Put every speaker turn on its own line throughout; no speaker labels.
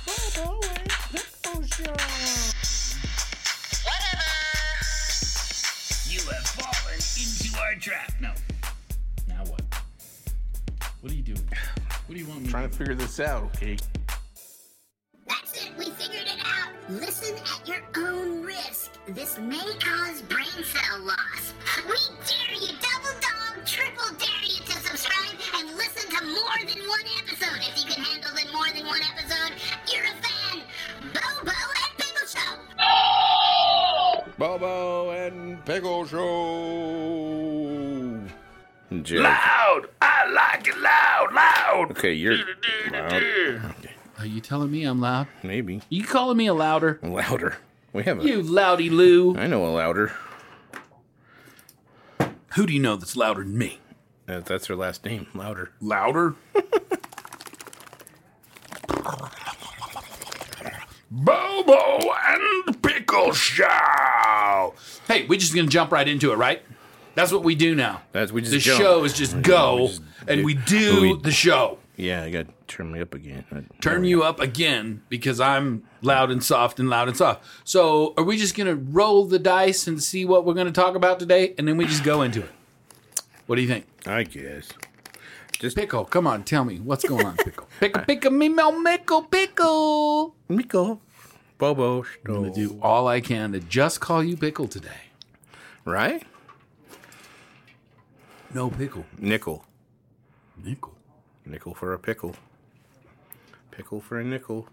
forward. Hipposhot.
You have fallen into our trap. No. Now what? What are you doing? What do you want me
Trying to figure this out, okay?
That's it, we figured it out. Listen at your own risk. This may cause brain cell loss. We dare you, double dog, triple dare you to subscribe and listen to more than one episode. If you can handle the more than one episode, you're a fan. Bobo and Pickle Show.
Bobo and Pickle Show.
Joe.
Loud! I like it loud, loud!
Okay, you're loud. Okay,
Are you telling me I'm loud?
maybe
You calling me a louder?
louder. We have a.
You loudy Lou.
I know a louder.
Who do you know that's louder than me?
That- That's her last name. Louder.
Louder? Bobo and Pickle Show! Hey, we're just gonna jump right into it, right? That's what we do now.
That's we just.
the
jump.
show is just go,
just
and
do-
we do
we-
the show.
Yeah, I got to turn me up again. I-
Turn you up again because I'm loud and soft and loud and soft. So, are we just gonna roll the dice and see what we're gonna talk about today, and then we just go into it? What do you think,
I guess.
Pickle? Come on, tell me what's going on, Pickle. Pickle, pickle, me, mel, mickle, pickle.
Miko. Bobo.
I'm
Stoll.
gonna do all I can to just call you Pickle today.
Right?
No pickle,
Nickel.
nickel.
Nickel for a pickle. Pickle for a nickel.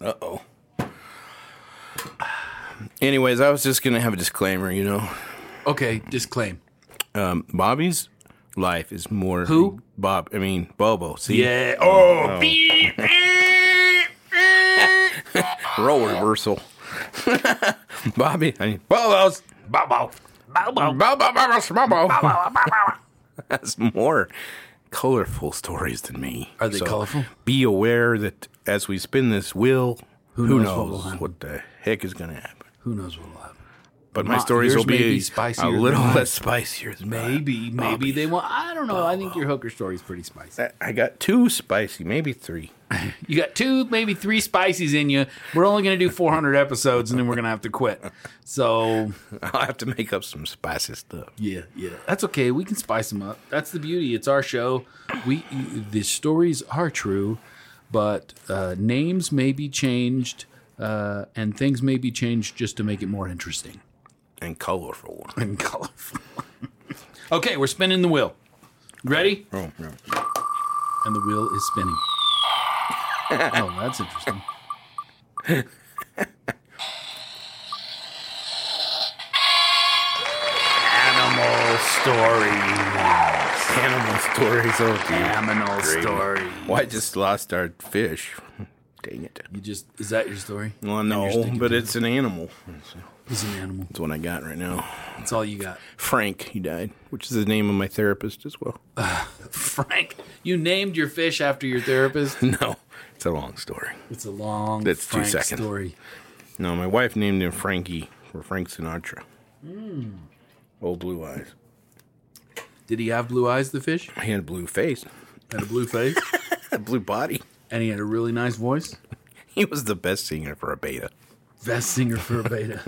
Uh oh. Anyways, I was just going to have a disclaimer, you know.
Okay, disclaim.
Um, Bobby's life is more.
Who?
Bob. I mean, Bobo. See?
Yeah. Oh, beep.
Role reversal. Bobby. I mean, Bobo's.
Bobo. Bobo.
Bobo, Bobo, Bobo. Has more colorful stories than me.
Are they colorful?
Be aware that as we spin this wheel, who,
knows what will
knows
happen?
what, the heck is going to happen.
Who knows what'll happen?
But my
Not-
stories
yours
will be,
may be
a-
spicier
a
than
little
mine.
less spicier than mine.
Maybe, maybe they won't. I don't know. I think your hooker story's pretty spicy.
I- I got two spicy, maybe three.
You got two, maybe three spices in you. We're only going to do 400 episodes, and then we're going to have to quit. So
I'll have to make up some spicy stuff.
yeah, yeah, that's okay. We can spice them up. That's the beauty. It's our show. We the stories are true, but uh, names may be changed, uh, and things may be changed just to make it more interesting
and colorful.
and colorful. okay, we're spinning the wheel. Ready?
Oh, no.
and the wheel is spinning. oh, that's interesting. Animal stories.
Animal stories. Oh, dude.
Animal
Great.
stories.
Well, I just lost our fish. Dang it.
You just is that your story?
Well, no,
sticking
but
to
it's an animal.
He's an animal.
That's what I got right now.
That's all you got.
Frank, he died, which is the name of my therapist as well.
Frank, you named your fish after your therapist.
No, it's a long story.
It's a long
That's two
Frank
seconds.
story.
No, my wife named him Frankie for Frank Sinatra.
Hmm.
Old blue eyes.
Did he have blue eyes, the fish?
He had a blue face,
Had a blue face?
a blue body.
and he had a really nice voice?
He was the best singer for a beta.
Best singer for a beta.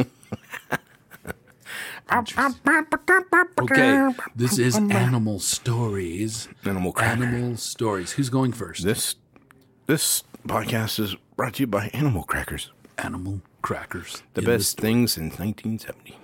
Okay, this is Animal Stories.
Animal cracker.
Animal Stories. Who's going first?
This this podcast is brought to you by Animal Crackers,
Animal crackers.
the
in
best things since 1970.
this-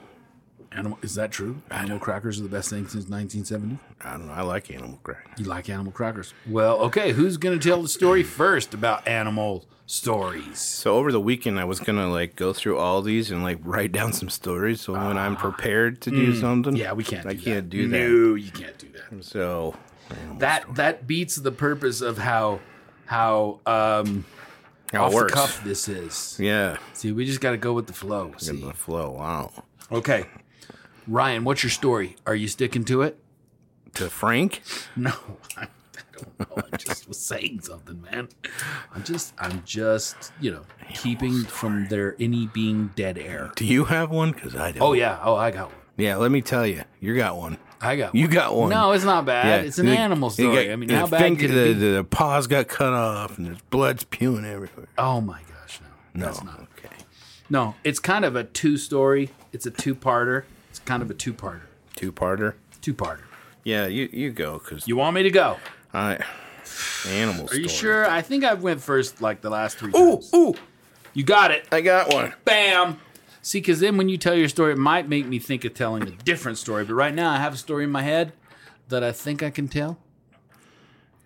Animal. Is that true? Animal crackers are the best thing since 1970.
I don't know. I like Animal Crackers.
You like animal crackers? Well, okay. Who's going to tell the story first about Animal Stories?
So over the weekend, I was gonna like go through all these and like write down some stories. So when I'm prepared to do something,
Yeah, we can't.
I
do
Mm. can't
that.
do that.
No, you can't do that.
So
That that beats the purpose of how how um
how
off
it works?
the cuff this is.
Yeah,
See, we just got to go with the flow.
in
See.
the flow. Wow.
Okay. Ryan, what's your story? Are you sticking to it?
To Frank,
No, I, I don't know. I just was saying something, man. I'm just, I'm just, you know, keeping from there any being dead air.
do you have one? Because I don't.
Oh yeah, oh I got one.
yeah. Let me tell you, you got one.
I got
You got one.
No, it's not bad. It's an
You-
animal
you
story.
got-
I mean,
the
how bad
finger-
could
the,
it be?
The, the paws got cut off, and there's blood spewing everywhere.
Oh my gosh, no.
No,
That's not.
okay.
No, it's kind of a two story. It's a two parter. It's kind of a two parter.
Two parter.
Two parter.
Yeah, you you go because
You want me to go?
I animal.
Are you sure? I think I went first like the last three
Ooh,
times.
ooh!
You got it.
I got one.
Bam. See, because then when you tell your story, it might make me think of telling a different story. But right now, I have a story in my head that I think I can tell.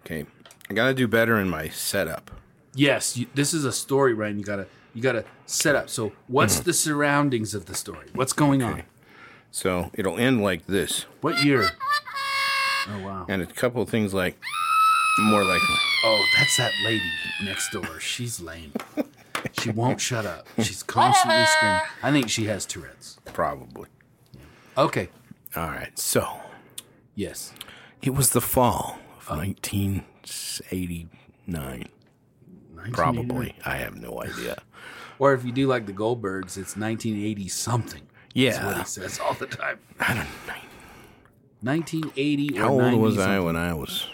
Okay, I gotta do better in my setup.
Yes, you, this is a story, Ryan. You gotta you gotta set up. So, what's the surroundings of the story? What's going on?
So it'll end like this,
What year? Oh wow.
and a couple of things like more like
Oh, that's that lady next door. She's lame. She won't shut up. She's constantly screaming. I think she has Tourette's.
probably.
Okay.
All right, so
Yes.
it was the fall of 1989. Probably, I have no idea.
Or if you do like the Goldbergs, it's 1980 something. That's what
Yeah,
he says all the time.
I don't.
1980 or
How old
90
was I
something.
when I was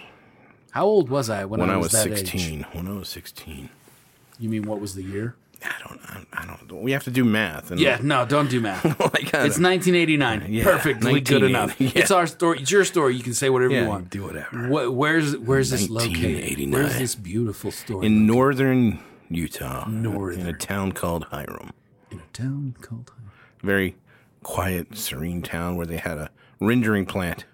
How old was I when,
when
I
I
was,
was
that age?
16? When I was 16,
You mean what was the year?
I don't. I, I don't. We have to do math. And
Yeah, no, don't do math.
like I
It's
don't-
1989.
Yeah,
Perfectly good
1980.
enough.
Yeah.
It's our story. It's your story. You can say whatever
Yeah,
you want.
do whatever.
Wh- where's Where's this located?
1989.
Where's this beautiful story?
in northern Utah, uh, in a
Northern.
town called Hiram.
in a town called.
Very quiet, serene town where they had a rendering plant.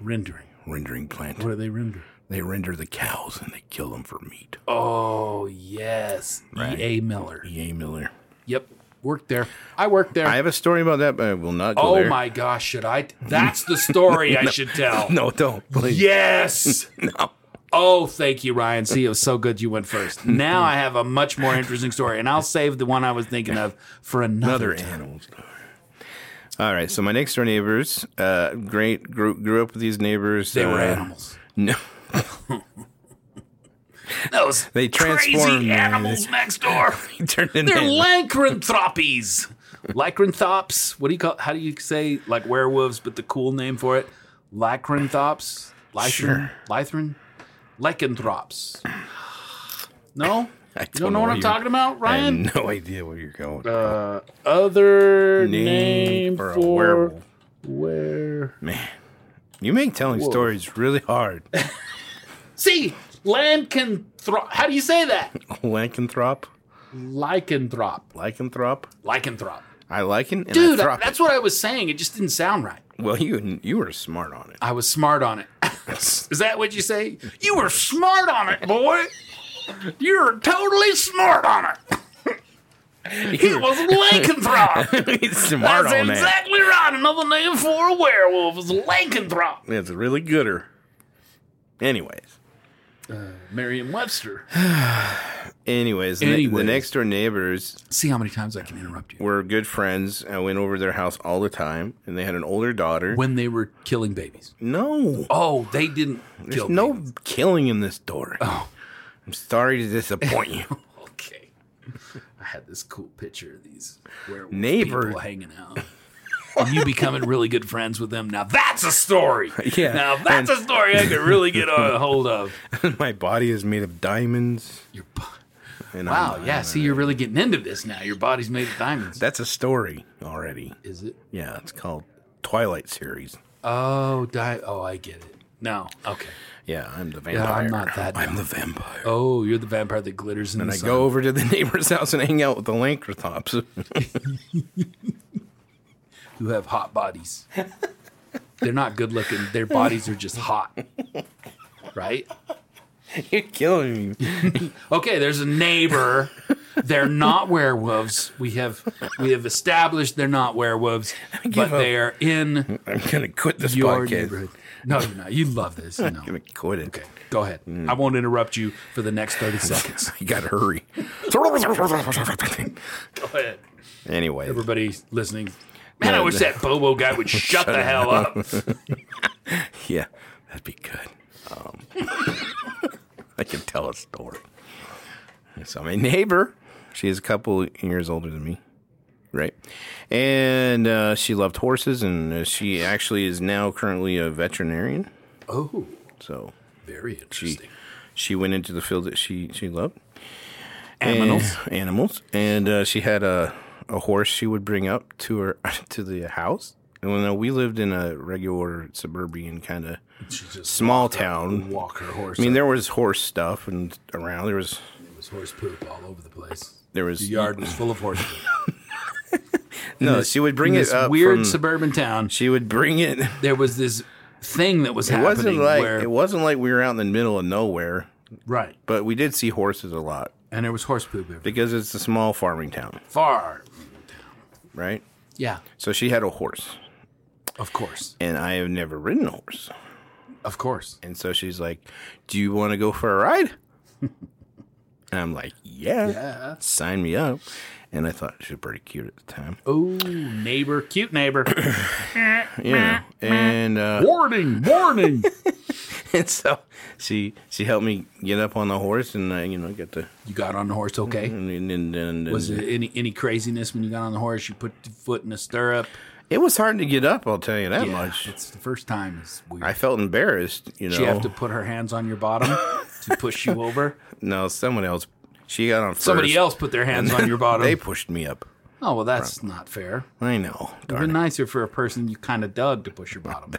Rendering.
Rendering plant.
What do they render?
They render the cows and they kill them for meat.
Oh yes,
Right.
E. A. Miller.
Yay, Miller.
Yep, worked there. I worked there.
I have a story about that, but I will not go
oh
there.
my gosh, should I? That's the story I should tell.
No, don't. Please.
Yes.
No.
Oh, thank you, Ryan. See, it was so good you went first. Now I have a much more interesting story, and I'll save the one I was thinking of for another.
Another animal story. All right, so my next door neighbors, uh, great, grew, grew up with these neighbors.
They were
uh,
animals.
No,
Those
They transformed,
crazy
man.
animals next door.
he turned into
They're lycanthropies. Lycanthrops. What do you call? How do you say like werewolves? But the cool name for it, lycanthrops. Lythrin.
Sure.
Lythrin. Lycanthrops. No,
I
you don't know what
where
I'm
you-
talking about,
I
Ryan.
have no idea where you're going.
Uh, other name,
for
for,
a werewolf.
where?
Man, you make telling stories really hard.
See, lycanthrop. How do you say that?
lycanthrop,
Lycanthrop.
lycanthrop.
Lycanthrop.
I lycan and
Dude,
I throp.
that's what I was saying. It just didn't sound right.
well, you you were smart on it.
I was smart on it. Is that what you say? You were smart on it, boy. You were totally smart on it. It was lycanthrop.
smart
That's
on that.
exactly right. Another name for a werewolf is lycanthrop.
That's really gooder. Anyways,
Merriam-Webster.
anyways, the ne-
Anyways.
the next door neighbors
See how many times I can interrupt you.
were good friends. I went over to their house all the time, and they had an older daughter.
When they were killing babies.
no,
Oh, they didn't
there's
kill
no
babies.
killing in this door.
Oh.
I'm sorry to disappoint you.
Okay. I had this cool picture of these werewolf
Neighbor.
people hanging out. And you becoming really good friends with them. Now that's a story.
Yeah,
Now that's a story I could really get a hold of.
My body is made of diamonds.
Your bo-
And
wow.
I'm-
Yeah. See, you're really getting into this now. Your body's made of diamonds.
That's a story already.
Is it?
Yeah, it's called Twilight series.
Oh, di- Oh, I get it. No. Okay.
Yeah, I'm the vampire.
Yeah, I'm not that
I'm the vampire.
Oh, you're the vampire that glitters in
and
the
I
sun.
go over to the neighbor's house and hang out with the Lancrethops.
who have hot bodies. They're not good looking. Their bodies are just hot. Right?
You're killing me.
Okay, there's a neighbor. They're not werewolves. We have we have established they're not werewolves, but
up.
they are in
I'm gonna quit this
your
podcast.
neighborhood. No, you're not. You love this. No.
I'm gonna quit it.
Okay, go ahead.
Mm.
I won't interrupt you for the next 30 seconds.
You gotta hurry.
Go ahead.
anyway,
Everybody listening. Man, I
No,
wish
no.
that Bobo guy would shut the hell up.
yeah, that'd be good. Um, I can tell a story. So my neighbor, she is a couple years older than me. right? And uh, she loved horses, and uh, she actually is now currently a veterinarian.
Oh,
So
very interesting.
she went into the field that she she loved.
Animals.
And, animals, and uh, she had a a horse she would bring up to her to the house. And when uh, we lived in a regular suburban kind of
She just
small town,
walk her horse.
I mean, there was horse stuff and around. There was
was horse poop all over the place.
there was
The yard was full of horse poop.
No, she would bring
In
it
this
up.
weird
from-
suburban town.
she would bring it. It
There was this thing that was happening
wasn't like
where
it wasn't like we were out in the middle of nowhere,
right,
but we did see horses a lot
and there was horse poop everywhere.
because it's a small farming town,
far.
right?
Yeah,
So she had a horse,
of course,
and I have never ridden a horse,
of course.
and so she's like, "Do you want to go for a ride?" and I'm like, yeah,
Yeah.
sign me up." And I thought she was pretty cute at the time,
Oh, neighbor, cute neighbor.
you know. And uh,
warning, warning.
and so she she helped me get up on the horse, and I, you know, get the
you got on the horse, okay?
and and, and, and
Was there any any craziness when you got on the horse? You put your foot in the stirrup.
It was hard to get up, I'll tell you that
Yeah,
much.
It's the first time. It's weird.
I felt embarrassed, you know.
She have to put her hands on your bottom to push you over.
no, someone else. She got on first.
Somebody else put their hands on your bottom.
They pushed me up.
oh well, that's not fair.
I know.
It'd be
Darn it.
nicer for a person you kind of dug to push your bottom.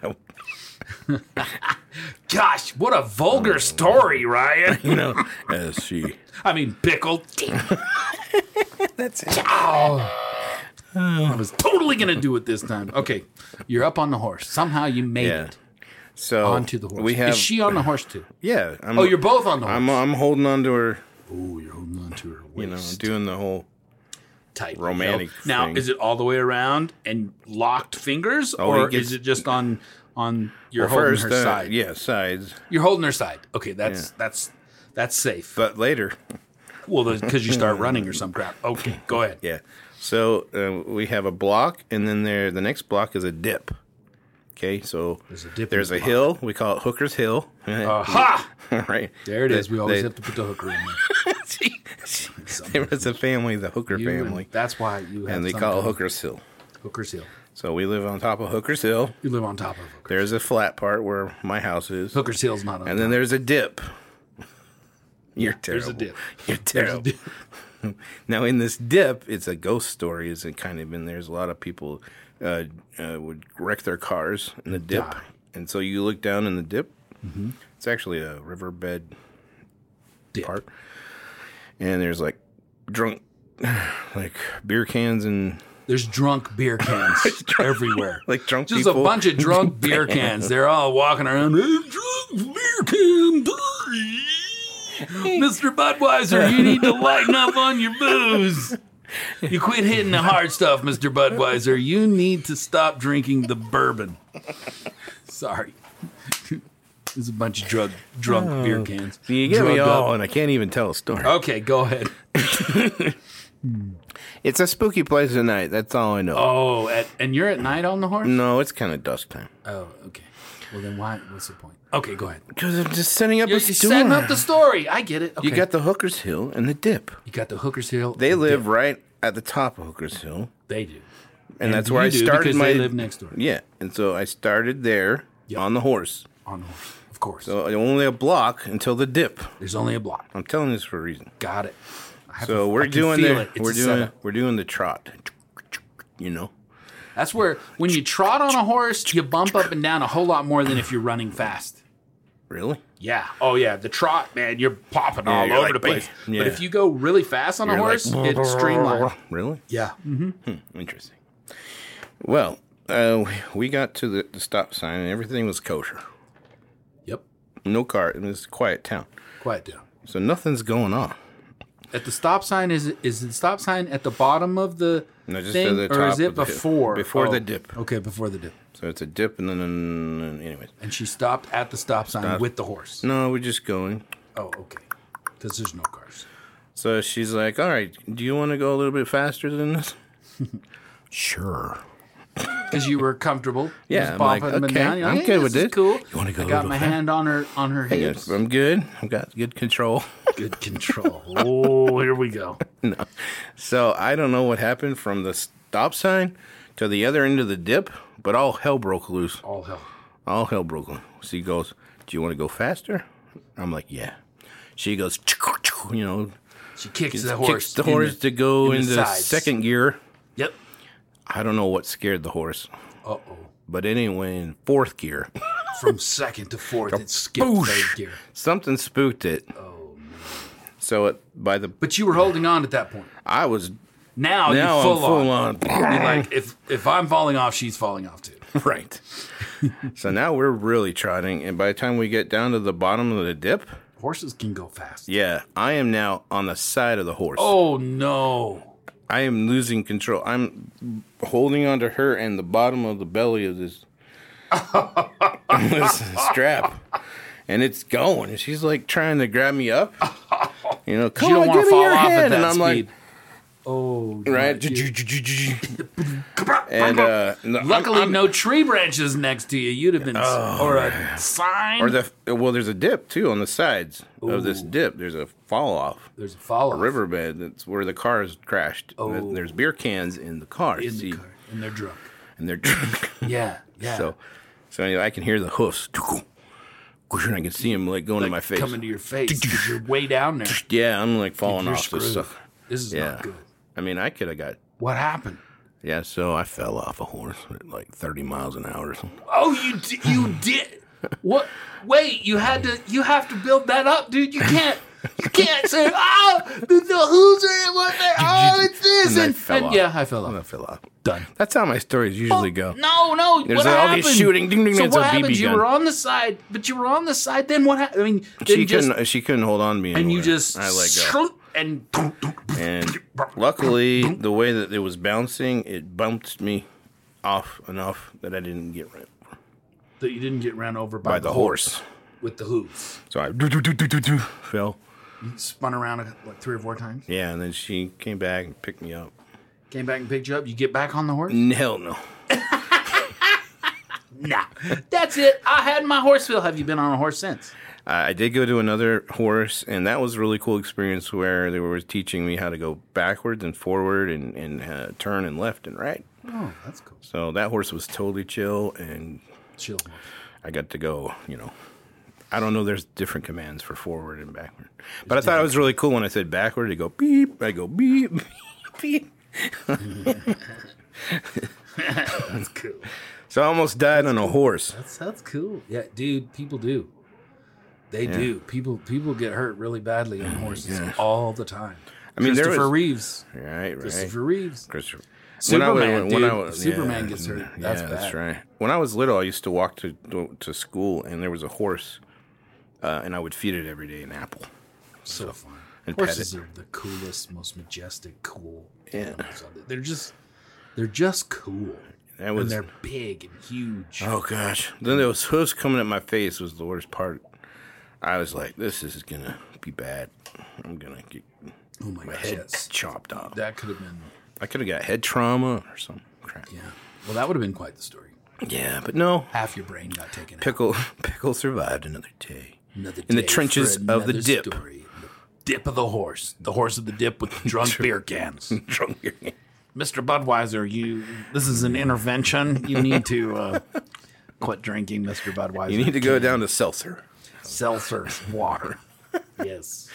Gosh, what a vulgar story, Ryan.
You know, as she.
I mean, pickled.
That's it.
I was totally gonna do it this time. Okay, you're up on the horse. Somehow you made
Yeah.
it
So
onto the horse.
We have.
Is she on the horse too?
yeah. I'm,
Oh, you're both on the horse.
I'm. I'm holding on to her.
oh, you're holding on to her waist.
You know, doing the whole.
tight
romantic
yo. Now,
thing.
is it all the way around and locked fingers,
Oh,
or
it gets-
is it just on on you're
Well,
holding
first,
her
uh,
side?
yeah, sides.
You're holding her side. Okay, that's that's that's safe.
But later,
well, because you start running or some crap. Okay, go ahead.
yeah. So uh, we have a block, and then there the next block is a dip. Okay, so
There's a dip in
There's
the
a
block.
hill. We call it Hooker's Hill.
Aha!
right.
Uh, There it
They-
is. We always
they-
have to put the hooker in there.
there was a family, the Hooker
You and-
family,
That's why you have
and they
some
call it
kind of
Hooker's Hill.
Hooker's Hill.
So we live on top of Hooker's Hill.
You live on top of Hooker.
There's a flat part where my house is,
Hooker's Hill's not on.
and then there's a dip. You're terrible.
There's a dip.
You're terrible. Now in this dip, it's a ghost story. Is it kind of in there's a lot of people uh, uh, would wreck their cars in the dip,
Die.
and so you look down in the dip. It's actually a riverbed
Mm-hmm. Dip.
part, and there's like drunk, like beer cans and
There's drunk beer cans everywhere.
Like drunk
Just
people.
a bunch of drunk beer cans. They're all walking around. "Hey, drunk beer can. Mr. Budweiser, you need to lighten up on your booze. You quit hitting the hard stuff, Mr. Budweiser. You need to stop drinking the bourbon. Sorry. There's a bunch of drug, drunk beer cans.
Oh. you get me
Drugged up.
all, and I can't even tell a story.
Okay, go ahead.
It's a spooky place at night. That's all I know.
Oh, at, and you're at night on the horse?
No, it's kind of dusk time
Oh, okay. Well, then why? What's the point? Okay, go ahead.
because I'm just setting up
You're,
a
you're
store.
setting up the story. I get it. Okay.
you got the Hooker's Hill and the dip.
you got the Hooker's Hill.
They live right at the top of Hooker's Hill.
They do.
and that's
you
where I
do
started
because
my
they live next door.
Yeah, and so I started there
Yep.
on the horse.
On the horse, of course.
So only a block until the dip.
There's only a block.
I'm telling this for a reason.
Got it. I have
So
a- I
we're
can
doing
feel
the
it. It's
we're
a
doing
setup.
we're doing the trot. You know,
That's where when you trot on a horse, you bump up and down a whole lot more than if you're running fast.
really?
Yeah. Oh yeah. The trot, man, you're popping all
you're
over
like,
the place.
bam. Yeah.
But if you go really fast on a
You're like,
horse, it's streamlined.
Really
Yeah. Mm.
interesting. Well, uh, we got to the, the stop sign and everything was kosher.
Yep.
No car in this quiet town,
Quiet down.
so nothing's going on.
At the stop sign is is the stop sign at the bottom of the
No, just
thing,
at the
or
top
is it
of the-
before Oh,
before the dip.
Okay, before the dip.
So it's a dip and then and, anyways.
And she stopped at the stop sign with the horse.
No, we're just going.
Oh, okay. Because there's no cars.
So she's like, "All right, do you want to go a little bit faster than this?" sure.
Because you were comfortable.
Yeah,
just
I'm
bumping
like,
them
okay,
down. You're like,
I'm
"Hey,
good with
is
this.
Cool.
You wanna go
I
a
got
little
my
fast?
hand on her on her hips.
I'm good. I've got good control.
Good control. oh, here we go.
So I don't know what happened from the s- stop sign to the other end of the dip, but all hell broke loose.
All hell.
All hell broke loose. She goes, Do you want to go faster? I'm like, Yeah. She goes, you know,
She kicks the horse.
kicks the
in the-
horse to go
in the
into
sides.
second gear.
Yep.
I don't know what scared the horse,
Uh oh.
but it ain't went in fourth gear.
From second to fourth, it skipped third
Boosh.
gear.
Something spooked it. Oh. So it, by the
But you were holding on at that point.
I was
Now,
now
you're
I'm
full,
full
on.
on.
You're like if if I'm falling off, she's falling off too.
Right. so now we're really trotting, and by the time we get down to the bottom of the dip,
Horses can go fast.
yeah, I am now on the side of the horse.
Oh no.
I am losing control. I'm holding onto her and the bottom of the belly of this, this strap, and it's going. And she's like trying to grab me up. You know, come
you don't
on,
want
give me
to fall
your
off at
head.
that
And I'm
speed.
like,
oh,
right,
not you.
and uh, no, I'm-
Luckily,
I'm-
no tree branches next to you. You'd have been, or a sign.
Oh, or the well, there's a dip too on the sides of this dip. There's a fall off.
There's a follow
riverbed that's where the cars crashed.
Oh.
There's beer cans in the car,
in
see,
the car, and they're drunk.
and they're drunk.
Yeah, yeah.
so, so anyway, I can hear the hoofs. And I can see him like going in my face.
coming to your face 'cause you're way down there.
yeah, I'm like falling
You're
off this
screwed.
stuff.
This is
Yeah,
not good.
I mean, I could have got.
What happened?
Yeah, so I fell off a horse at like 30 miles an hour or something.
Oh, you di- you did what? Wait, you had to you have to build that up, dude. You can't you can't say oh the, the who's are in what they oh it's this
And I
and,
fell
and
off.
yeah I fell
I
off.
fell off.
Done.
That's how my stories usually go.
No, no.
There's
what
all
happened?
these "Oh, shooting, ding, ding,
so
it's
what
a BB
happened? You
gun.
were on the side, but you were on the side. Then what happened? I mean,
She
then just
couldn't. She couldn't hold on to me.
and you
anymore.
just
I let go.
and
And luckily, the way that it was bouncing, it bumped me off enough that I didn't get ran
that you didn't get ran over by,
by the horse.
with the hooves.
So I do, do, do, do, do, do, fell.
You spun around like three or four times.
Yeah, and then she came back and picked me up.
Came back and picked you up. You get back on the horse.
N- Hell no.
Nah, that's it. I had my horse fill. Have you been on a horse since?
I I did go to another horse, and that was a really cool experience where they were teaching me how to go backwards and forward and, and uh, turn and left and right.
Oh, that's cool.
So that horse was totally chill, and
Chill.
I got to go, you know. I don't know. There's different commands for forward and backward, but I thought it was really cool when I said backward. I go beep. I go beep, beep, beep.
That's cool.
So I almost died on a horse.
That's that's cool. Yeah, dude. People do. They do. People people get hurt really badly on horses all the time. I
mean, there
Christopher
was-
Reeves.
Right, right.
Christopher Reeves.
Christopher.
Superman, dude.
was-
Superman gets hurt. That's
yeah, that's
bad.
right. When I was little, I used to walk to to school, and there was a horse, uh, and I would feed it every day an apple.
So fun.
and pet
Horses
it.
are the coolest, most majestic, cool
Yeah.
animals. on the- They're just they're just cool.
That was-
and they're big and huge.
Oh gosh! Then those hooves coming at my face was the worst part. I was like, "This is gonna be bad. I'm gonna get
Oh my
my
gosh.
head
Yes.
chopped off.
That could have been
I could have got head trauma or some crap.
yeah. Well that would have been quite the story.
Yeah, but no.
Half your brain got taken out.
Pickle Pickle survived another day.
Another
In the
day
trenches
for
of the
another
dip.
story. The dip of the horse. The horse of the dip with the drunk beer cans.
Drunk again.
Mr. Budweiser, you this is an intervention. You need to uh, quit drinking, Mr. Budweiser.
You need to go down to seltzer.
seltzer water. yes.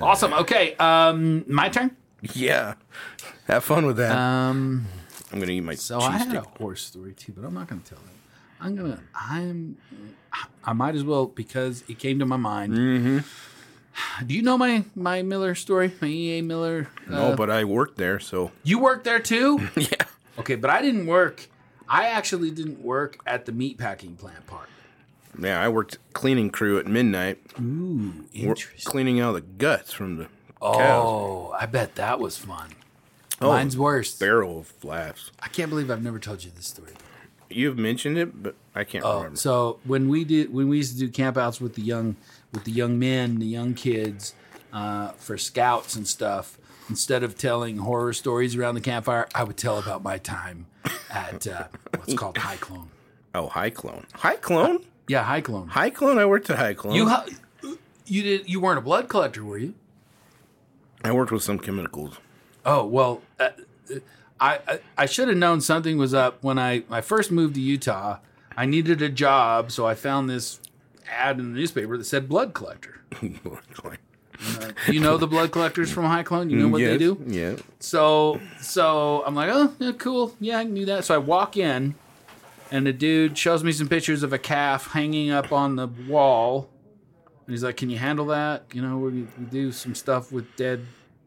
Awesome. Okay. Um, my turn.
Yeah. Have fun with that. Um, I'm gonna eat my
So I
cheese
had
stick.
a horse story too, but I'm not going to tell it. I'm gonna. I'm. I might as well because it came to my mind. Do you know my my Miller story? My EA Miller. Uh,
no, but I worked there, so
you worked there too.
yeah.
okay, but I didn't work. I actually didn't work at the meatpacking plant part.
Yeah, I worked cleaning crew at midnight,
Ooh,
We're
interesting.
cleaning out the guts from the cows.
Oh, I bet that was fun. Mine's worse.
Barrel of laughs.
I can't believe I've never told you this story.
You've mentioned it, but I can't
Oh,
remember.
so when we did when we used to do campouts with the young with the young men, the young kids uh, for scouts and stuff, instead of telling horror stories around the campfire, I would tell about my time at uh, what's called High Clone.
Oh, High Clone. High Clone?
Yeah, High Clone.
High Clone? I worked at High Clone.
You ha- you did you weren't a blood collector, were you?
I worked with some chemicals.
Oh well, uh, I I, I should have known something was up when I I first moved to Utah. I needed a job, so I found this ad in the newspaper that said blood collector. You know the blood collectors from High Clone. You know what they
Yes,
do.
Yeah.
So so I'm like, oh, yeah, cool. Yeah, I knew that. So I walk in, and the dude shows me some pictures of a calf hanging up on the wall, and he's like, "Can you handle that? You know, we, we do some stuff with dead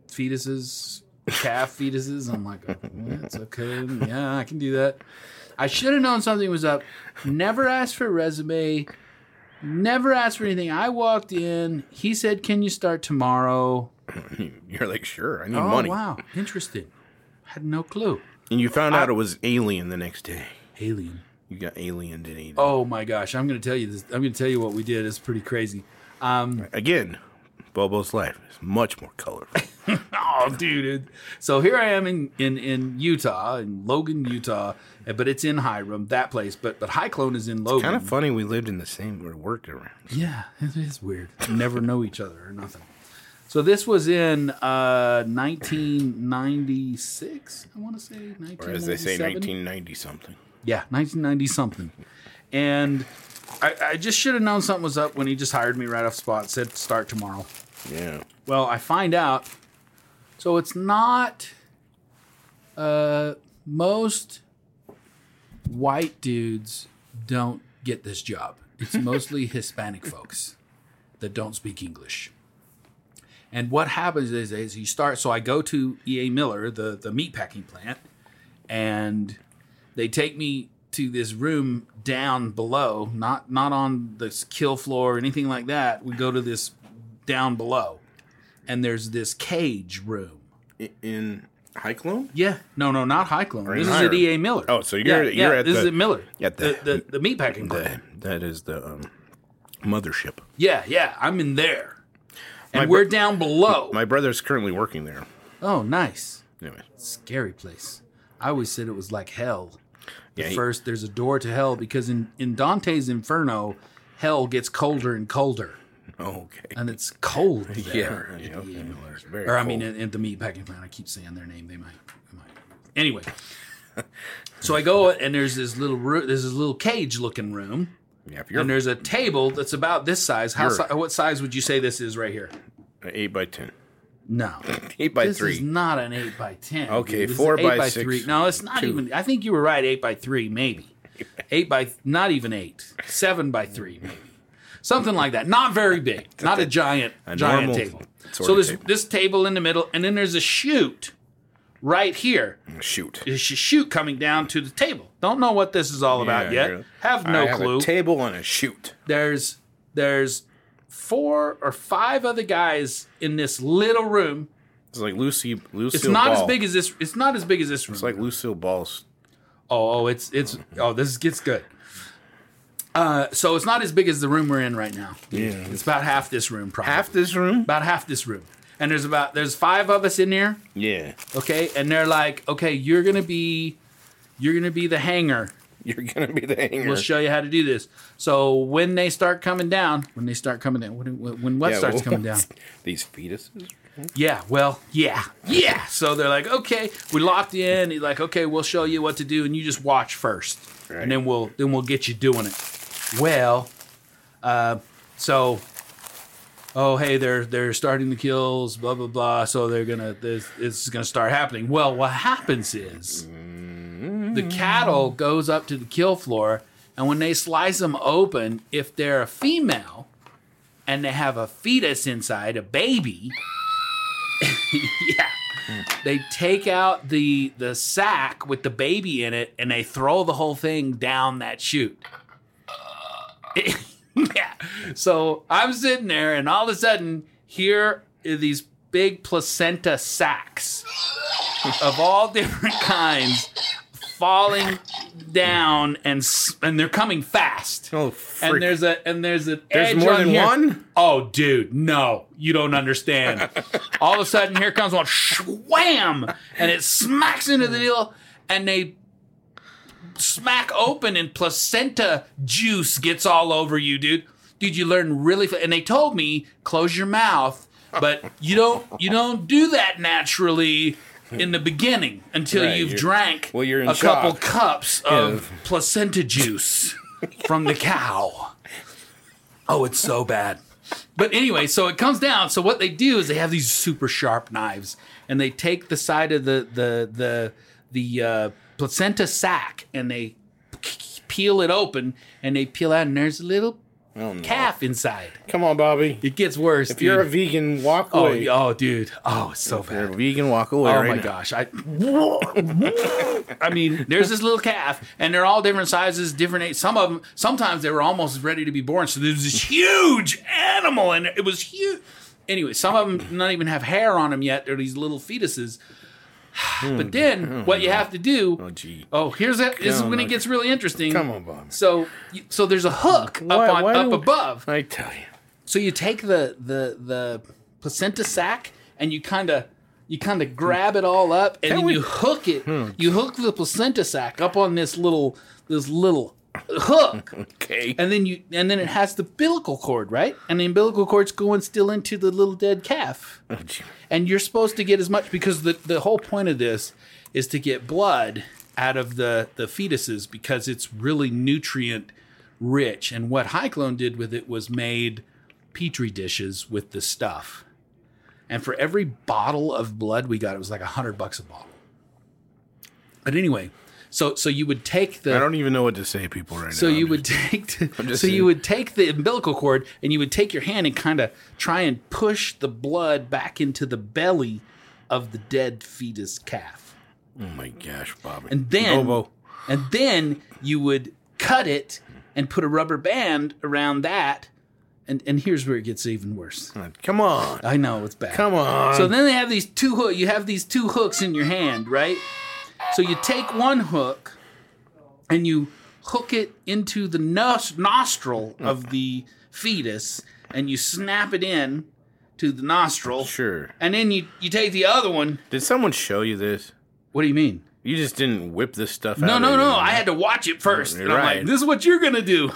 fetuses, calf fetuses." I'm like, oh, "That's okay. Yeah, I can do that." I should have known something was up. Never asked for a resume. Never asked for anything. I walked in. He said, "Can you start tomorrow?"
You're like, sure, I need
Oh
money.
wow, interesting. Had no clue.
And you found out it was alien the next day.
Alien.
You got alien, didn't you?
Oh my gosh, I'm gonna tell you this. I'm gonna tell you what we did. It's pretty crazy.
Again, Bobo's life is much more colorful.
Oh, dude. So here I am in in in Utah, in Logan, Utah, eh, but it's in Hiram, that place. But but High Clone is in Logan.
kind of funny we lived in the same or worked around.
Yeah, it is weird. You Never know each other or nothing. So this was in uh 1996, I want to say. 1997.
Or as they say, 1990 something.
Yeah, 1990 something. And I, I just should have known something was up when he just hired me right off the spot, said start tomorrow.
Yeah.
Well, I find out. So it's not uh, most white dudes don't get this job. It's mostly Hispanic folks that don't speak English. And what happens is, is you start. So I go to EA Miller, the the meatpacking plant, and they take me to this room down below, not not on this kill floor or anything like that. We go to this down below, and there's this cage room.
I- In High Clone?
Yeah, no, no, not High Clone. This is
Hiram.
at EA Miller.
Oh, so you're-
yeah,
you're
yeah,
at
this
the-
is at Miller.
at the-
the the, the meatpacking plant.
That, that is the um, mothership.
Yeah, yeah, I'm in there, and
My bro-
we're down below.
My brother's currently working there.
oh, nice.
Anyway,
scary place. I always said it was like hell. The
Yeah, he-
first, there's a door to hell because in, in Dante's Inferno, hell gets colder and colder,
Oh, okay.
and it's cold there.
yeah, okay. It's very
or I mean,
cold.
at, at the meatpacking plant. I keep saying their name. They might. They might. Anyway, so I go and there's this little roo- there's this little cage looking room,
yeah, if you're
and there's a table that's about this size. How si-
You're-
what size would you say this is right here?
an eight by ten,
No.
eight by
this
three.
is not an eight by ten.
Okay,
dude. This is
four
eight
by six,
Three. No, it's not
two.
even. I think you were right. Eight by three, maybe. Eight by not even eight. Seven by three, maybe. Something like that. Not very big. Not a giant
A
giant
normal
table.
sort
So
of
there's
table.
this table in the middle, and then there's a chute right here.
Shoot.
There's a chute coming down to the table. Don't know what this is all about
Yeah,
yet.
you're-
Have
I
no
have
clue
A table and a shoot.
there's there's four or five other guys in this little room.
It's like Lucy. Lucille
It's not as
Ball.
big as this. It's not as big as this room.
It's like Lucille Ball's.
oh, oh, it's it's oh, this gets good. Uh, so it's not as big as the room we're in right now. Yeah, it's about half this room, probably.
Half this room.
about half this room, and there's about there's five of us in here.
Yeah,
Okay, and they're like, okay, you're gonna be, you're gonna be the hanger.
you're gonna be the hanger.
We'll show you how to do this. So when they start coming down, when they start coming down, when, when what
Yeah,
starts
well,
coming down?
These fetuses.
Yeah, well, yeah, yeah. So they're like, okay, we locked you in. He's like, okay, we'll show you what to do, and you just watch first,
Right.
and then we'll then we'll get you doing it. Well, uh, so, oh hey, they're they're starting the kills, blah blah blah. So they're gonna this this is gonna start happening. Well, what happens is the cattle goes up to the kill floor, and when they slice them open, if they're a female and they have a fetus inside, a baby yeah. They take out the the sack with the baby in it and they throw the whole thing down that chute. yeah. So I'm sitting there and all of a sudden here are these big placenta sacks of all different kinds falling down and s- and they're coming fast.
Oh, freak.
and there's a and there's an
There's
edge
more
on
than
here.
one?
Oh, dude, no, you don't understand. All of a sudden, here comes one, wham, and it smacks into the deal, and they smack open, and placenta juice gets all over you, dude. Dude, you learn really, fa- and they told me close your mouth, but you don't, you don't do that naturally. in the beginning until
Right,
you've
you're-
drank
well, you're in
a couple
shock.
cups of placenta juice from the cow. Oh, it's so bad. But anyway, so it comes down. So what they do is they have these super sharp knives, and they take the side of the the the the uh, placenta sac, and they peel it open, and they peel out, and there's a little calf inside.
Come on, Bobby.
It gets worse.
Oh, If you're a
dude.
vegan, walk
oh,
away.
oh, dude, oh, it's so
You're a
bad.
vegan, walk away.
Oh
right
my
now.
gosh! I, I mean, there's this little calf, and they're all different sizes, different age. Some of them, sometimes they were almost ready to be born. So there's this huge animal, and it was huge. Anyway, some of them not even have hair on them yet. They're these little fetuses. But then, what you have to do?
Hmm. Oh, gee.
Oh, here's that. This is
Come
when it
on.
gets really interesting.
Come on, Bob.
So, you- so there's a hook
Why-
up on
why
up
do-
above.
I tell you.
So you take the the the placenta sac and you kind of you kind of grab it all up and then
we- Hmm.
you hook it. You hook the placenta sac up on this little this little hook.
Okay.
And then you and then it has the umbilical cord, right? And the umbilical cord's going still into the little dead calf.
Oh, gee.
And you're supposed to get as much because the the whole point of this is to get blood out of the the fetuses because it's really nutrient rich. And what Hyclone did with it was made petri dishes with the stuff. And for every bottle of blood we got, it was like a hundred bucks a bottle. But anyway, so so you would take the
I don't even know what to say, people, right
so
now.
you
I'm
would take the, so
just
you
saying.
would take the umbilical cord and you would take your hand and kind of try and push the blood back into the belly of the dead fetus calf.
Just, oh my gosh, Bobby.
And then
Bobo.
and then you would cut it and put a rubber band around that. And and here's where it gets even worse.
Come on.
I know it's bad.
Come on.
So then they have these two hook. You have these two hooks in your hand, right? So you take one hook, and you hook it into the nos- nostril
Mm.
of the fetus, and you snap it in to the nostril.
sure.
And then you you take the other one.
Did someone show you this?
What do you mean?
You just didn't whip this stuff
No,
out.
no,
of
no.
you.
I had to watch it first. And I'm like,
Right.
this is what you're gonna do.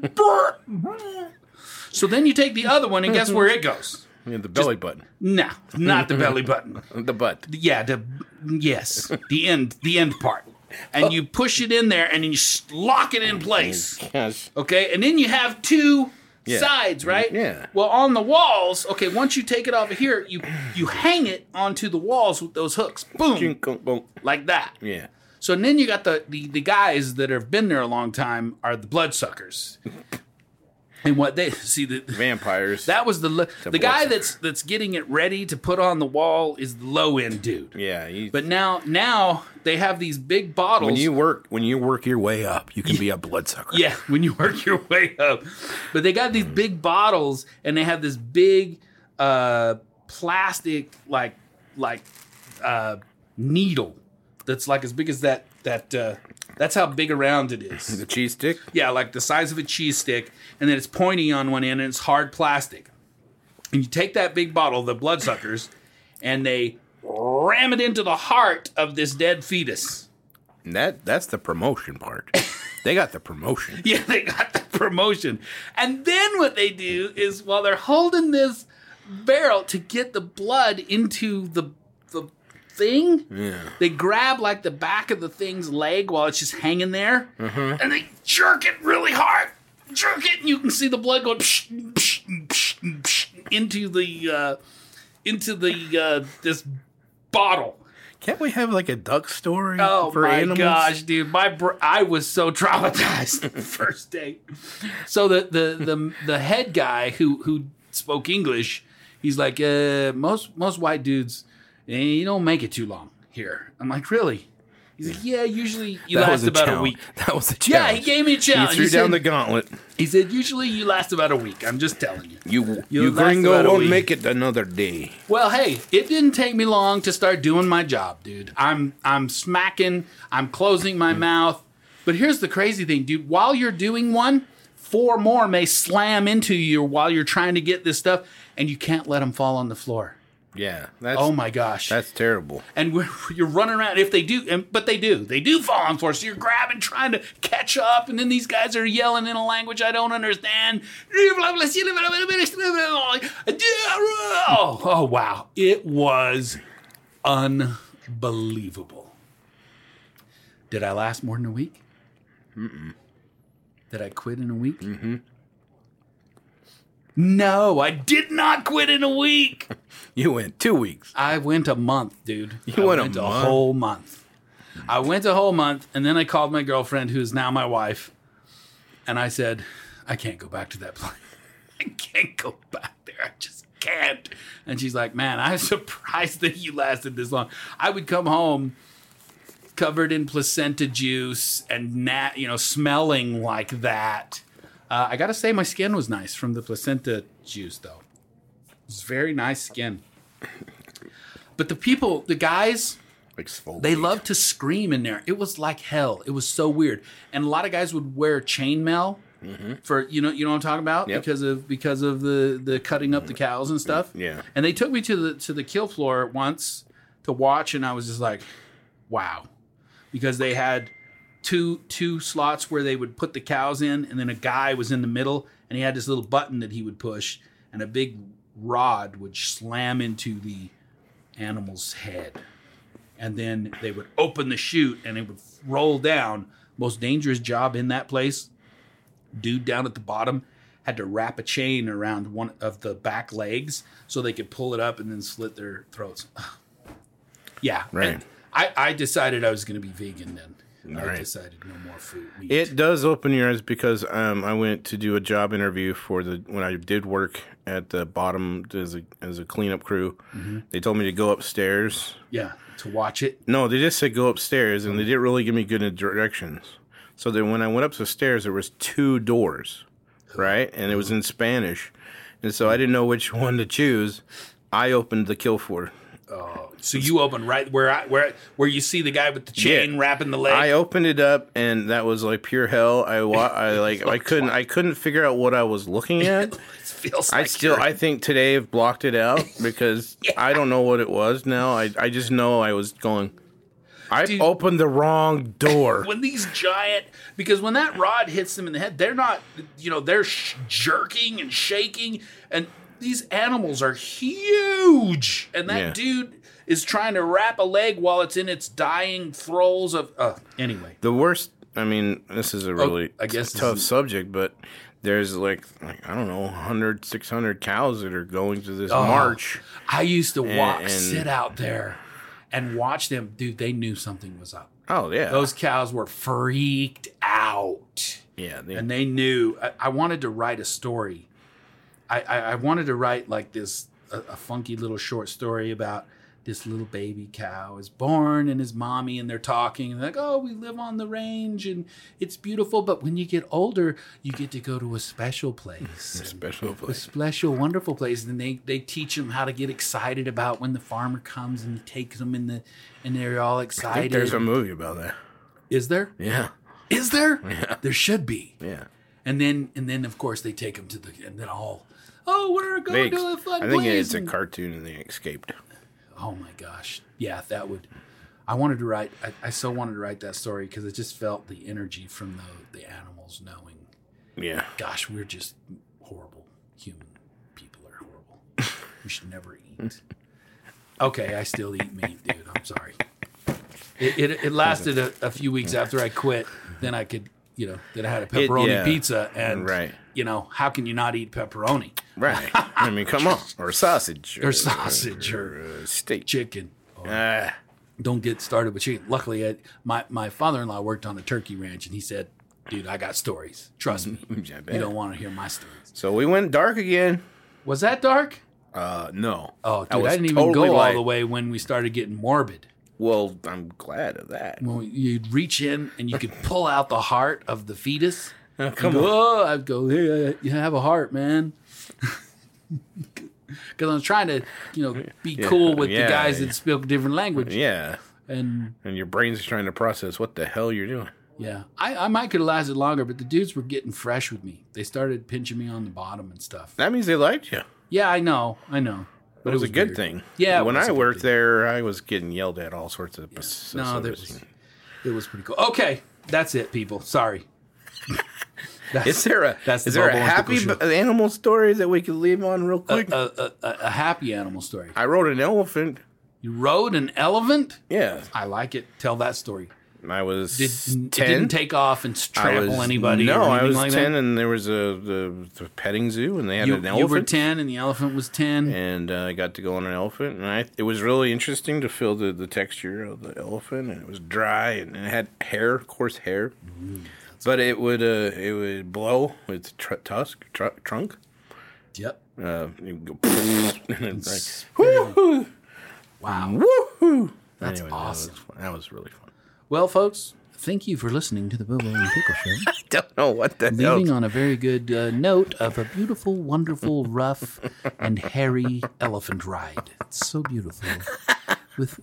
Mm.
so then you take the other one, and guess where it goes?
Yeah, the belly button.
No, not the belly button.
The butt.
yeah the yes the end the end part and you push it in there and then you s- lock it in place
Yes.
okay and then you have two
Yeah.
sides right
Yeah.
well on the walls okay once you take it off of here you you hang it onto the walls with those hooks boom like that
Yeah.
so and then you got the, the the guys that have been there a long time are the bloodsuckers and what they see the
Vampires.
that was the lo- the guy
bloodsucker.
that's that's getting it ready to put on the wall is the low end dude.
yeah. You,
But now, now they have these big bottles.
when you work, when you work your way up, you can be a bloodsucker.
yeah, when you work your way up, but they got these big bottles, and they have this big uh, plastic like like uh, needle that's like as big as that that uh, that's how big around it is.
The cheese stick.
Yeah, like the size of a cheese stick, and then it's pointy on one end, and it's hard plastic. And you take that big bottle, the bloodsuckers, and they ram it into the heart of this dead fetus.
And that that's the promotion part. they got the promotion.
Yeah, they got the promotion. And then what they do is while they're holding this barrel to get the blood into the the thing, they grab like the back of the thing's leg while it's just hanging there, and they jerk it really hard. Jerk it, and you can see the blood going psh, psh, psh, psh, into the uh, into the uh, this bottle.
Can't we have like a duck story
Oh
for
my
animals?
gosh, dude! My br- I was so traumatized the first day. So the the the the head guy who who spoke English, he's like, uh, most most white dudes, eh, you don't make it too long here. I'm like, really? He's like, yeah, usually you
That
last
was a
about a
challenge.
week.
That was a
Yeah,
challenge.
he gave me a
You
challenge.
threw
he,
down the
said,
gauntlet.
he said, usually you last about a week. I'm just telling you.
You
You
you,
last about
gringo
a
won't
week.
make it another day.
Well, hey, it didn't take me long to start doing my job, dude. I'm I'm smacking, I'm closing my mouth. But here's the crazy thing, dude. While you're doing one, four more may slam into you while you're trying to get this stuff, and you can't let them fall on the floor.
Yeah. That's
Oh my gosh!
that's terrible.
and we're, you're running around. If they do, and, but they do, they do fall on the floor. So you're grabbing, trying to catch up, and then these guys are yelling in a language I don't understand. Oh, oh wow! It was unbelievable. Did I last more than a week? Mm-mm. Did I quit in a week? Mm-hmm. No, I did not quit in a week.
You went two weeks.
I went a month, dude.
You
I
went a
went
month?
whole month. I went a whole month, and then I called my girlfriend, who is now my wife, and I said, "I can't go back to that place. I can't go back there. I just can't." And she's like, "Man, I'm surprised that you lasted this long. I would come home." Covered in placenta juice and nat, you know, smelling like that. Uh, I gotta say, my skin was nice from the placenta juice, though. It was very nice skin. But the people, the guys,
Exfoliate.
they love to scream in there. It was like hell. It was so weird. And a lot of guys would wear chainmail for you know you know what I'm talking about
Mm-hmm. Yep. Mm-hmm.
because of because of the the cutting up the cows and stuff.
Yeah.
And they took me to the to the kill floor once to watch, and I was just like, wow, because they had two two slots where they would put the cows in, and then a guy was in the middle, and he had this little button that he would push, and a big rod would slam into the animal's head and then they would open the chute and it would roll down. Most dangerous job in that place. Dude down at the bottom had to wrap a chain around one of the back legs so they could pull it up and then slit their throats. yeah,
Right.
and I, I decided I was going to be vegan then. I
Right.
decided no more food. Meat.
It does open your eyes because um, I went to do a job interview for the when I did work at the bottom as a as a cleanup crew. They told me to go upstairs.
yeah, to watch it.
No, they just said go upstairs, and they didn't really give me good directions. So then when I went up the stairs, there was two doors, right, and it was in Spanish, and so I didn't know which one to choose. I opened the kill for.
So you open right where I, where where you see the guy with the chain
Yeah.
wrapping the leg.
I opened it up, and that was like pure hell. I wa- I like I couldn't I couldn't figure out what I was looking at.
It feels
I
like
still,
you're-
I think today I've blocked it out because I don't know what it was now. I, I just know I was going, I
Dude.
opened the wrong door.
when these giant because when that rod hits them in the head they're not you know they're sh- jerking and shaking and these animals are huge and that
Yeah.
dude is trying to wrap a leg while it's in its dying throes of uh, anyway
the worst, I mean, this is a really
Oh, I guess
t- tough
this is-
subject, but there's like, like, I don't know, 100, 600 cows that are going to this
Oh,
march.
i used to walk
and-
sit out there and watch them dude they knew something was up
Oh, yeah.
those cows were freaked out
yeah. They,
and they knew I, I wanted to write a story. I, I, I wanted to write like this a, a funky little short story about this little baby cow is born and his mommy and they're talking and they're like oh we live on the range and it's beautiful but when you get older you get to go to a special place And-
special
a
place.
special, wonderful place. And they, they teach them how to get excited about when the farmer comes and takes them in the, and they're all
I think there's a
excited.
movie about that.
Is there?
Yeah.
Is there? There should be.
Yeah.
And then, and then, of course, they take him to the, and then all, oh, we're
They
going
ex-
to a fun
I think
place.
it's a
and-
cartoon and they escaped.
oh my gosh, yeah, that would. I wanted to write. I, I so wanted to write that story because it just felt the energy from the the animals knowing.
Yeah.
Gosh, we're just horrible. Human people are horrible. we should never eat. Okay, I still eat meat, dude. I'm sorry. It, it, it lasted a, a few weeks after I quit. Then I could, you know, then I had a pepperoni
yeah.
pizza, and
Right.
you know, how can you not eat pepperoni?
Right. I mean, come on. Or sausage.
or sausage or
uh, steak.
chicken. Oh,
Ah.
Don't get started with chicken. Luckily, I, my my father in law worked on a turkey ranch, and he said, "Dude, I got stories. Trust me.
I
You
bet.
don't want to hear my stories."
so we went dark again.
Was that dark?
Uh, no.
Oh,
That
dude, I,
was
didn't even
totally
go all
light.
the way when we started getting morbid.
Well, I'm glad of that.
When you'd reach in and you could pull out the heart of the fetus.
come
and go, Oh, I'd go, hey, you have a heart, man. Because I'm trying to, you know, be cool with
yeah,
the guys
yeah.
that speak different language.
Yeah.
And
And your brain's trying to process what the hell you're doing.
Yeah, I, I might could have lasted longer, but the dudes were getting fresh with me. They started pinching me on the bottom and stuff.
That means they liked you.
Yeah, I know, I know.
It was, a good
weird.
thing.
Yeah, it
When
was
I
a good
worked
thing.
there, I was getting yelled at all sorts of.
No,
No,
there was, it was pretty cool. Okay, that's it, people. Sorry. That's-
Is there a
That's the
is there a
Bobo and
happy
Pickle
b- animal
Uh,
story that we could leave on real quick?
a, a, a happy animal story?
I rode an elephant.
You rode an elephant?
Yeah,
I like it. Tell that story.
I was
Did,
ten.
It didn't take off and s-
I
trample
was-
anybody.
No,
or
I
anything
was
like
ten,
That.
and there was a the, the petting zoo, and they had
You,
an
you
elephant.
were ten, and the elephant was ten.
and uh, I got to go on an elephant, and I it was really interesting to feel the, the texture of the elephant, and it was dry, and it had hair, coarse hair,
Mm-hmm.
but it would uh, it would blow with tr- tusk tr- trunk,
Yep.
uh, it would go and it's like
Wow.
woohoo.
That's
Anyway,
awesome.
That was, fun. that was really fun.
Well, folks, thank you for listening to the Bobo and Pickle Show.
I don't know what the
leaving
hell.
on a very good uh, note of a beautiful, wonderful, rough, and hairy elephant ride. It's so beautiful. With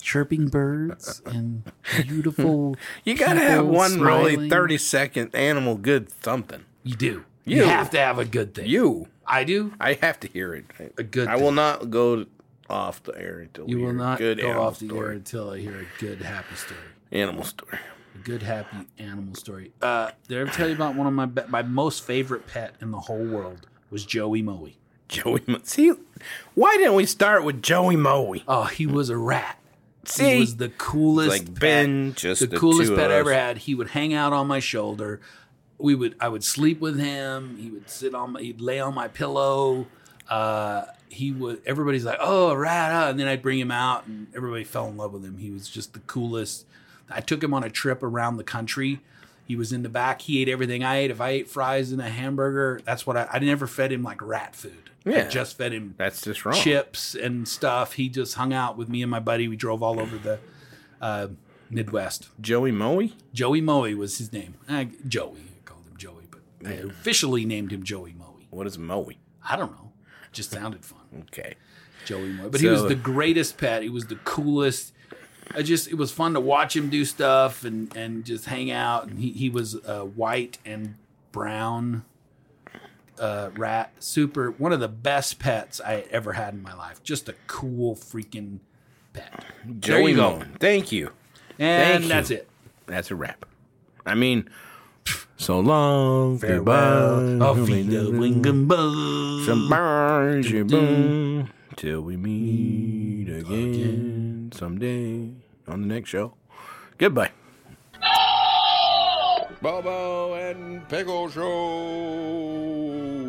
chirping birds and beautiful.
You gotta have
people
one really
smiling.
thirty second animal good something.
You do.
You.
You have to have a good thing.
You,
I do.
I have to hear it.
A good
I will not go off the air until
You
we
will
hear a
not
good
go
animal
off the
story.
air until I hear a good, happy story.
Animal story.
A good, happy animal story. Uh, did I ever tell you about one of my be- my most favorite pet in the whole world was Joey Moe.
Joey Mo- See, why didn't we start with Joey Moe?
Oh, he was a rat.
See?
he was the coolest.
Like
pet.
Ben, just
the,
the
coolest
two
pet
of
I ever
us.
had. He would hang out on my shoulder. We would. I would sleep with him. He would sit on. My, he'd lay on my pillow. Uh, he would. Everybody's like, "Oh, a rat!" Huh? And then I'd bring him out, and everybody fell in love with him. He was just the coolest. I took him on a trip around the country. He was in the back. He ate everything I ate. If I ate fries and a hamburger, that's what I. I never fed him like rat food.
Yeah.
I just fed him
That's just wrong.
chips and stuff. He just hung out with me and my buddy. We drove all over the uh, Midwest.
Joey Moe?
Joey Moe was his name. I, Joey, I called him Joey, but I officially named him Joey Moe.
What is Moe?
I don't know. Just sounded fun,
Okay.
Joey Moe. But he was
So-
the greatest pet. He was the coolest. I just it was fun to watch him do stuff and and just hang out. And he he was uh, white and brown uh, rat. Super one of the best pets I ever had in my life. Just a cool freaking pet.
Joey
you go.
Moe. Thank you.
And
you.
that's it.
That's a wrap. I mean, so long. Farewell.
Auf Wiedersehen.
Some bars you boom. Till we meet again someday on the next show. Goodbye.
Bobo and Pickle Show.